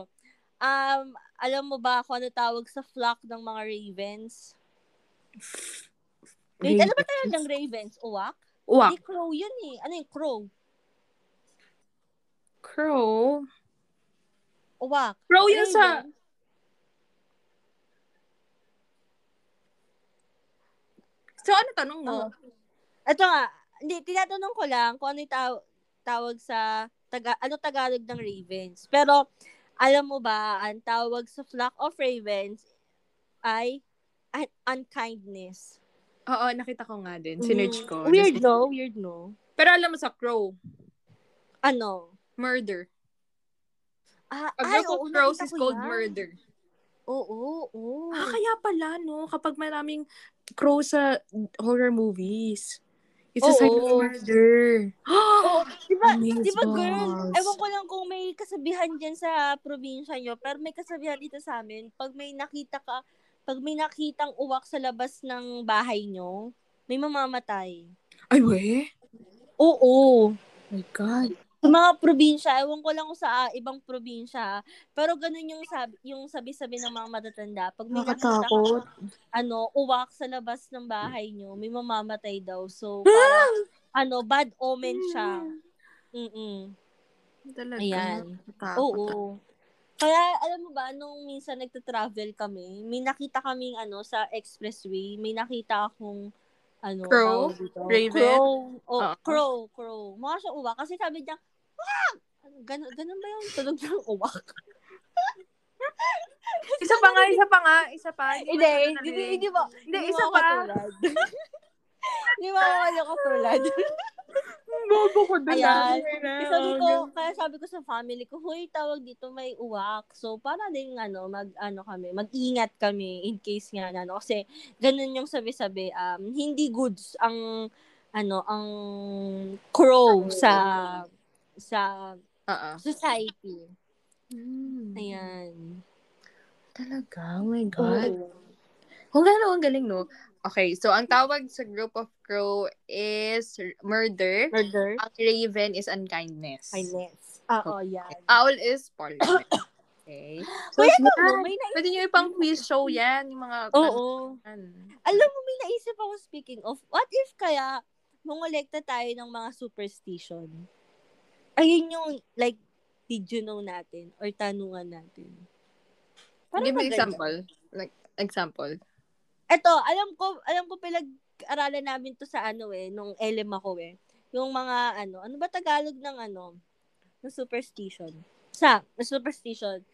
Um, alam mo ba kung ano tawag sa flock ng mga ravens? Wait, ano ba tawag ng ravens? Uwak?
Uwak.
Hindi, crow yun eh. Ano yung crow?
Crow.
Uwak.
Crow yun sa...
Raven.
So, ano tanong mo?
Oo. Ito nga, hindi, tinatanong ko lang kung ano yung taw- tawag sa, taga, ano Tagalog ng Ravens. Pero, alam mo ba, ang tawag sa flock of ravens ay un- unkindness.
Oo, nakita ko nga din.
Mm.
Sinerge ko.
Weird no? Weird no?
Pero alam mo sa crow,
Ano?
murder.
Ah,
A
ay,
group
oo,
of crows
nakita
is
Ah, ko
called
yan.
murder.
Oo, oo.
Ah, kaya pala, no? Kapag maraming crow sa horror movies. It's a
Oo.
sign of murder.
Oo, di ba,
Amaze
di ba girl,
balls.
ewan ko lang kung may kasabihan dyan sa probinsya nyo, pero may kasabihan dito sa amin, pag may nakita ka, pag may nakitang uwak sa labas ng bahay nyo, may mamamatay.
Ay, we?
Oo.
My God.
Sa mga probinsya, ewan ko lang kung sa ah, ibang probinsya, pero ganun yung sabi, yung sabi-sabi ng mga matatanda. Pag may nakita ka,
Nakatakot.
ano, uwak sa labas ng bahay nyo, may mamamatay daw. So, parang, ano, bad omen siya. Mm-mm.
Talaga.
Ayan.
Nakakatakot. ah.
Oo. Kaya, alam mo ba, nung minsan nagta-travel kami, may nakita kaming, ano, sa expressway, may nakita akong, ano,
Crow?
tawag dito.
Raven?
Crow. Oh,
Oo.
crow, crow. Mukha siya uwak. Kasi sabi niya, wak! Ganun, ganun ba yung tunog ng uwak?
Isa pa nga, isa pa nga, isa pa.
Hindi, hindi, hindi, hindi ba?
Hindi, isa pa.
Hindi mo ako katulad.
Bobo ko
dun, ah. Kasi sabi ko, kaya sabi ko sa family ko, huy, tawag dito may uwak. So, para din, ano, mag, ano kami, mag-ingat kami in case nga, na, ano, kasi, ganun yung sabi-sabi, um, hindi goods ang, ano, ang crow sa, sa
Uh-uh.
society. Ayan.
Talaga? Oh my God. Kung gano'n, ang galing, no? Okay, so ang tawag sa group of crow is r- murder.
Murder. Ah, oh,
Ang raven is unkindness.
Kindness. Oo, yan.
Owl is parliament. Okay. Ah, So,
Kuya,
yan.
ano, may na-
Pwede nyo ipang quiz show yan, yung mga
Oo.
tanungan.
Alam mo, may naisip ako speaking of, what if kaya mongolekta tayo ng mga superstition? Ayun yung, like, did you know natin or tanungan natin. Parang
Give me
maganda.
example. Like, example.
Eto, alam ko, alam ko pinag-aralan namin to sa ano eh, nung LM ako eh. Yung mga ano, ano ba Tagalog ng ano, ng superstition? Sa, superstition.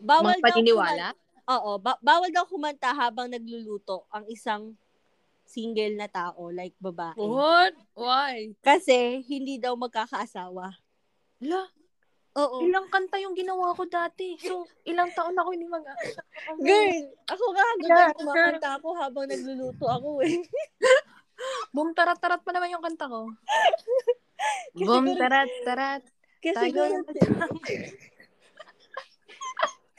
Bawal
Mga
daw
paniniwala.
Oo, ba- bawal daw kumanta habang nagluluto ang isang single na tao, like babae.
What? Why?
Kasi hindi daw magkakaasawa.
La,
Oo.
ilang kanta yung ginawa ko dati. So, ilang taon ako hindi mag
Girl, ako nga
Yeah,
hanggang kumakanta ako habang nagluluto ako eh.
Boom tarat tarat pa naman yung kanta ko.
Kasi
Boom
siguro-
tarat tarat.
Kasi
Tayo
siguro,
yung-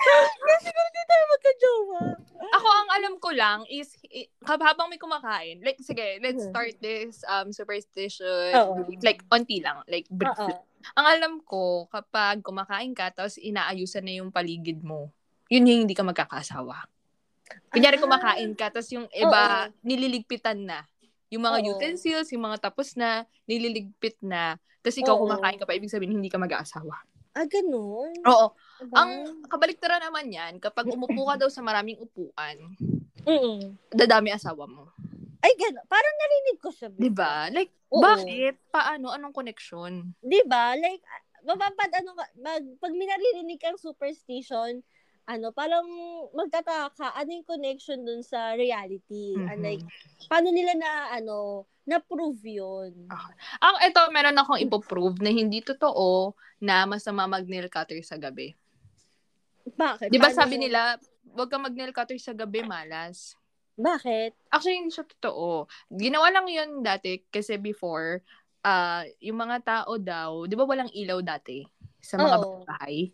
kasi siguro di tayo magka-jowa.
Ako ang alam ko lang is i- hab- habang may kumakain. Like sige, let's
Mhm.
start this um superstition.
Oo.
Like onti lang, like
Oo.
briefly. Ang alam ko kapag kumakain ka tapos inaayusan na yung paligid mo. Yun yung hindi ka magkakasawa. Kunyari
Ah.
kumakain ka tapos yung iba nililigpitan na. Yung mga
Oo.
utensils, yung mga tapos na, nililigpit na. Tapos ikaw
Oo.
kumakain ka pa, ibig sabihin hindi ka mag-aasawa.
Ah, ganun?
Oo.
Diba?
Oh, Ang kabaliktaran naman yan, kapag umupo ka daw sa maraming upuan,
Mm-mm.
dadami asawa mo.
Ay, ganun. Parang narinig ko siya.
Di ba? Like,
Oo.
Diba? bakit? Paano? Anong connection?
Di ba? Like, mapapad, ano, ka- mag, pag may naririnig kang superstition, ano, parang magtataka ka, ano yung connection dun sa reality?
Mhm.
And Ah, like, paano nila na, ano, na-prove yun?
Ah. Ang ito, meron akong ipoprove na hindi totoo na masama mag-nail cutter sa gabi.
Bakit?
Di ba
Paano
sabi
yun?
nila, huwag ka mag-nail cutter sa gabi, malas.
Bakit?
Actually, hindi siya totoo. Ginawa lang yun dati kasi before, ah yung mga tao daw, di ba walang ilaw dati sa mga
Oo.
bahay?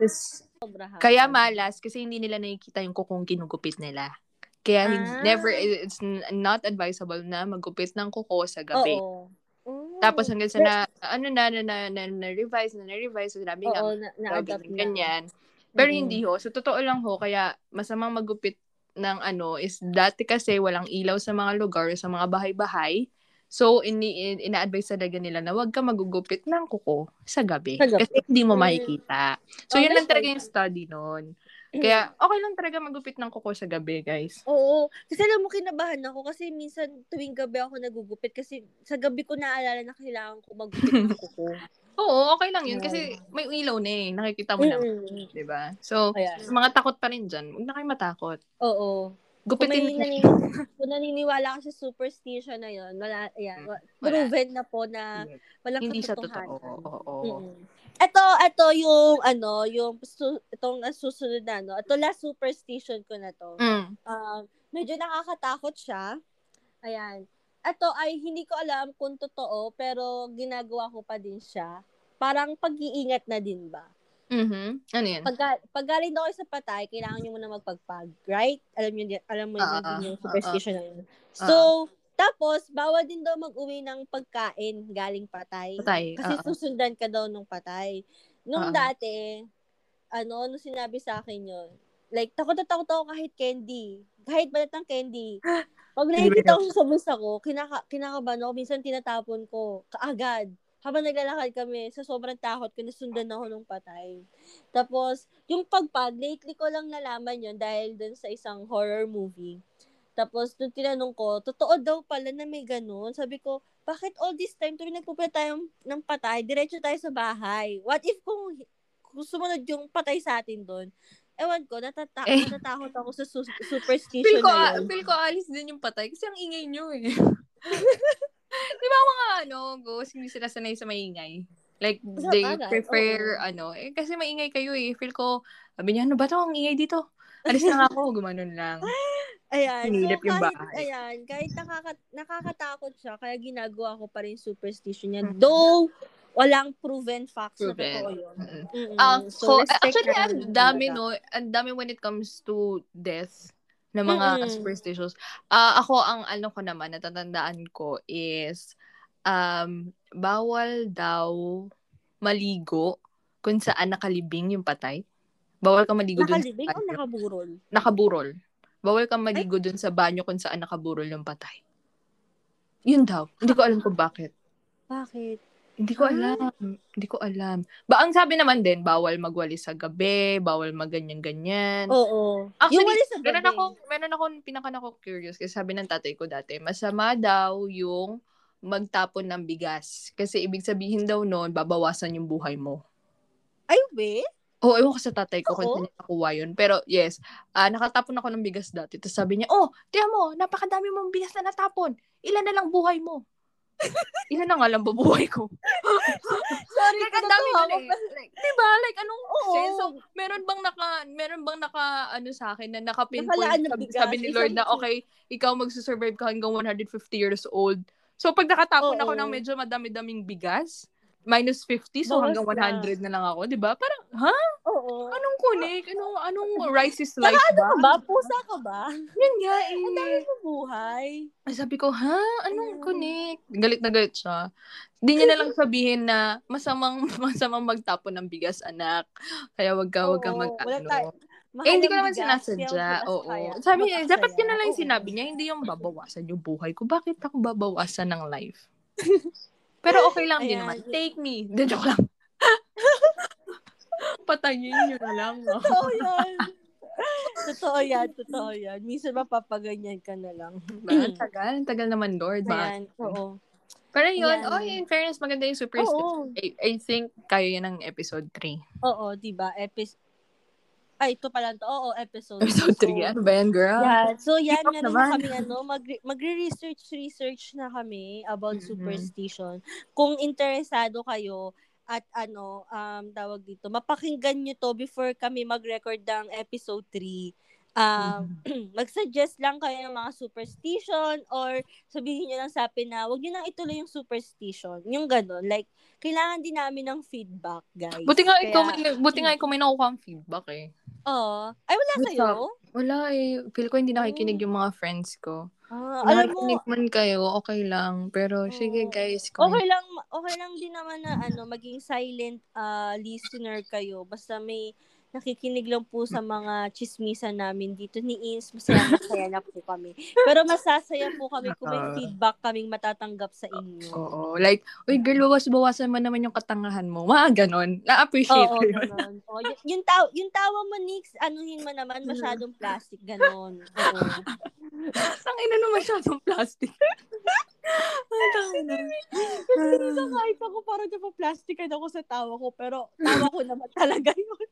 Tapos,
Sobra hapon.
Kaya malas kasi hindi nila nakikita yung kukong kinugupit nila. Kaya hindi-
Ah.
never it's n- not advisable na magupit ng kuko sa gabi.
Oo. Mm.
Tapos hanggang sa na ano na na na, na, na revise na, na revise sabi nga
Oo, na,
mga
na-adapt
ganyan,
na.
ganyan. Pero
Mm.
hindi ho, sa totoo lang ho kaya masamang magupit ng ano is dati kasi walang ilaw sa mga lugar sa mga bahay-bahay. So, ini in, ina-advise talaga nila na huwag ka magugupit ng kuko sa gabi.
Sa gabi.
Kasi hindi mo
Mm.
makikita.
Oh,
So, yun
that's
lang talaga yung study nun. Kaya, okay lang talaga magupit ng kuko sa gabi, guys.
Oo. Kasi alam mo, kinabahan ako kasi minsan tuwing gabi ako nagugupit kasi sa gabi ko naalala na kailangan ko magupit ng kuko.
Oo, okay lang yun.
Yeah.
Kasi may ilaw na eh. Nakikita mo naman.
Mm-mm.
Diba? So,
Ayan.
sa mga takot pa rin dyan, huwag na kayo matakot.
Oo. Kung, may
Gupitin ko.
nani- kung naniniwala ka sa superstition na yun, wala, ayan, wa- proven na po na walang
Mm. Hindi siya
katotohanan.
totoo. Oo.
Mm-mm. Ito, ito yung, ano, yung, su- itong uh, susunod na, no? Ito last superstition ko na to.
Mm.
Um, medyo nakakatakot siya. Ayan. Ito ay hindi ko alam kung totoo, pero ginagawa ko pa din siya. Parang pag-iingat na din ba?
Mhm. Ano yun?
Pag, pag galing daw kayo sa patay, kailangan nyo muna magpagpag, right? Alam nyo, din- alam mo yun,
Ah,
yun
ah,
yung superstition na yun.
ah.
So, tapos, bawal din daw mag-uwi ng pagkain galing patay.
Patay.
Kasi
oo.
susundan ka daw nung patay. Nung
Oo.
dati, ano, nung sinabi sa akin yun, like, takot na takot ako kahit candy. Kahit balat ng candy. Pag nakikita ko siya sa bulsa ko, kinaka, kinakabahan ako. Minsan tinatapon ko. Kaagad. Habang naglalakad kami, sa sobrang takot ko, nasundan ako nung patay. Tapos, yung pagpag, lately ko lang nalaman yon dahil dun sa isang horror movie. Tapos, nung tinanong ko, totoo daw pala na may ganun. Sabi ko, bakit all this time tuwing nagpupunta tayo ng patay, diretso tayo sa bahay? What if kung, kung sumunod yung patay sa atin doon? Ewan ko, natata-
Eh.
natatakot ako sa su- superstition
Feel ko,
na yun.
feel ko alis din yung patay kasi ang ingay nyo eh. Di ba mga ano, ghost, hindi sila sanay sa maingay? Like,
Sa
they
bagay,
prefer, ano, eh, kasi maingay kayo eh. Feel ko, sabi niya, ano ba to ang ingay dito? Alis na nga ako, gumanon lang.
Ayan,
Sinilip
so
yung
kahit,
bahay.
ayan, kahit nakaka- nakakatakot siya, kaya ginagawa ko pa rin superstition niya.
Mm.
Though, walang proven facts
Proven.
na totoo yun.
Mm.
Mm-mm.
Ah, so,
respect
actually,
lang
ang
yun
dami,
talaga.
no? Ang dami when it comes to death na mga
Mm-mm.
superstitions. Ah, ako, ang ano ko naman, natatandaan ko is, um, bawal daw maligo kung saan nakalibing yung patay. Bawal ka maligo dun
Nakalibing Ano? o
sa banyo.
nakaburol?
nakaburol. Bawal ka maligo dun sa banyo kung saan nakaburol yung patay. Yun daw. Hindi ko alam kung bakit.
Bakit?
Hindi ko
Ah.
alam. Hindi ko alam. Ba, ang sabi naman din, bawal magwali sa gabi, bawal maganyan-ganyan.
Oo. Oh,
Actually,
yung wala sa
meron
gabi.
ako, meron ako, pinaka nako curious kasi sabi ng tatay ko dati, masama daw yung magtapon ng bigas. Kasi ibig sabihin daw noon, babawasan yung buhay mo.
Ay, we?
Oo, ewan ko sa tatay
Oo.
ko kung saan niya nakuha yun. Pero yes, ah, nakatapon ako ng bigas dati. Tapos sabi niya, oh, tiyan mo, napakadami mong bigas na natapon. Ilan na lang buhay mo? Ilan na nga lang ba buhay ko?
Sorry,
like, ang dami
totoo
nun eh.
ako.
Like, diba? Like, anong
Oo.
sense of, meron bang naka, meron bang naka, ano sa akin, na
Nakalaan
naka-pinpoint,
ng
sabi,
bigas,
sabi ni Lord na,
isang-
okay, ikaw magsusurvive ka hanggang 150 years old. So, pag nakatapon
Oo.
ako ng medyo madami-daming bigas, minus 50, so
Bawas
hanggang
na.
100 na lang ako, diba? di ba? Parang, ha?
Oo.
Anong kunik? Anong, anong rice is life
Ano
ba?
ba? Pusa ka ba?
Yun nga
Ang dami
eh.
mo buhay.
Ay, Sabi ko, ha?
Mm.
Anong kunik? Galit na galit siya. Di niya na lang sabihin na masamang masamang magtapon ng bigas, anak. Kaya wag ka, wag ka
Oo,
mag
wala
ano.
tayo- Mahal
Eh,
ang
hindi ko naman
bigas,
sinasadya.
kaya mas
Oo.
kaya.
Sabi niya,
Mas
eh, dapat
kaya.
yun na lang yung
Oo.
sinabi niya, hindi yung babawasan yung buhay ko. Bakit ako babawasan ng life? Pero okay lang
Ayan.
din naman. Take me. Hindi, joke lang. Patayin niyo na lang. oh.
Totoo yan. totoo yan, totoo yan. Minsan mapapaganyan ka na lang.
Diba? Ang tagal, ang tagal naman, Lord. Baka-
Ayan, oo.
Pero yun,
Ayan.
oh, in fairness, maganda yung
Oo,
superstition. I, I think kaya yan ng episode 3.
oo, diba? Epis... Ay, ito pala to. Oo, episode.
Episode 3
So,
yan. Ano ba yan, girl?
Yeah, so yan,
Keep up
meron
naman.
na kami ano, magre- magre-research research na kami about
Mhm.
superstition. Kung interesado kayo at ano, um tawag dito, mapakinggan nyo to before kami mag-record ng episode 3. Um, mag-suggest lang kayo ng mga superstition or sabihin nyo lang sa akin na wag nyo nang ituloy yung superstition. Yung ganun. Like, kailangan din namin ng feedback, guys.
Buti nga ikaw,
Kaya-
may, buti nga ikaw may nakukuha ang feedback eh.
Oo. Ay, wala
What's
kayo?
Wala eh. Feel ko hindi nakikinig yung mga friends ko.
Ah,
Kung
alam mo,
nakikinig man kayo, okay lang. Pero
Oo.
sige guys,
Okay
comment.
lang, okay lang din naman na ano, maging silent ah, listener kayo. Basta may nakikinig lang po sa mga chismisan namin dito ni Ins. Masaya, masaya na po kami. Pero masasaya po kami kung may
Ah.
feedback kaming matatanggap sa inyo.
Oo. Like, uy girl, bawas-bawasan mo naman yung katangahan mo. Mga ganon. Na-appreciate
Oo,
ko yun.
ganun. Oo, y- yung, taw yung tawa mo, Nix, anuhin mo naman, masyadong plastic, ganun. Oo.
Ang ina naman masyadong plastic. Ang tanga na.
Kahit ako parang napaplastikan ako sa tawa ko, pero tawa ko naman talaga yun.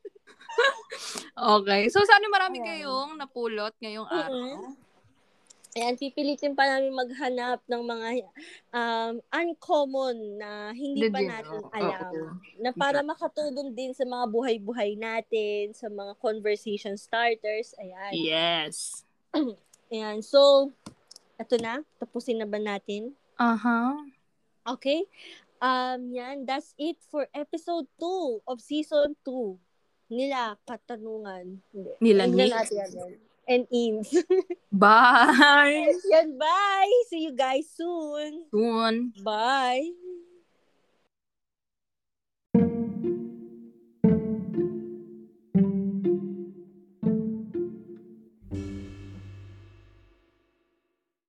Okay. So, sana marami
Ayan.
kayong napulot ngayong araw.
Mm-hmm. Ayan, pipilitin pa namin maghanap ng mga um, uncommon na hindi pa
Legit.
natin
Oo.
alam. Na para makatulong din sa mga buhay-buhay natin, sa mga conversation starters. Ayan.
Yes.
Ayan, so, eto na. Tapusin na ba natin?
Aha.
Okay. Um, yan, that's it for episode 2 of season 2 nila katanungan. Hindi.
Nila
Tingnan
Nick.
natin yan, yan. And Eames.
Bye!
yan, bye! See you guys soon!
Soon.
Bye!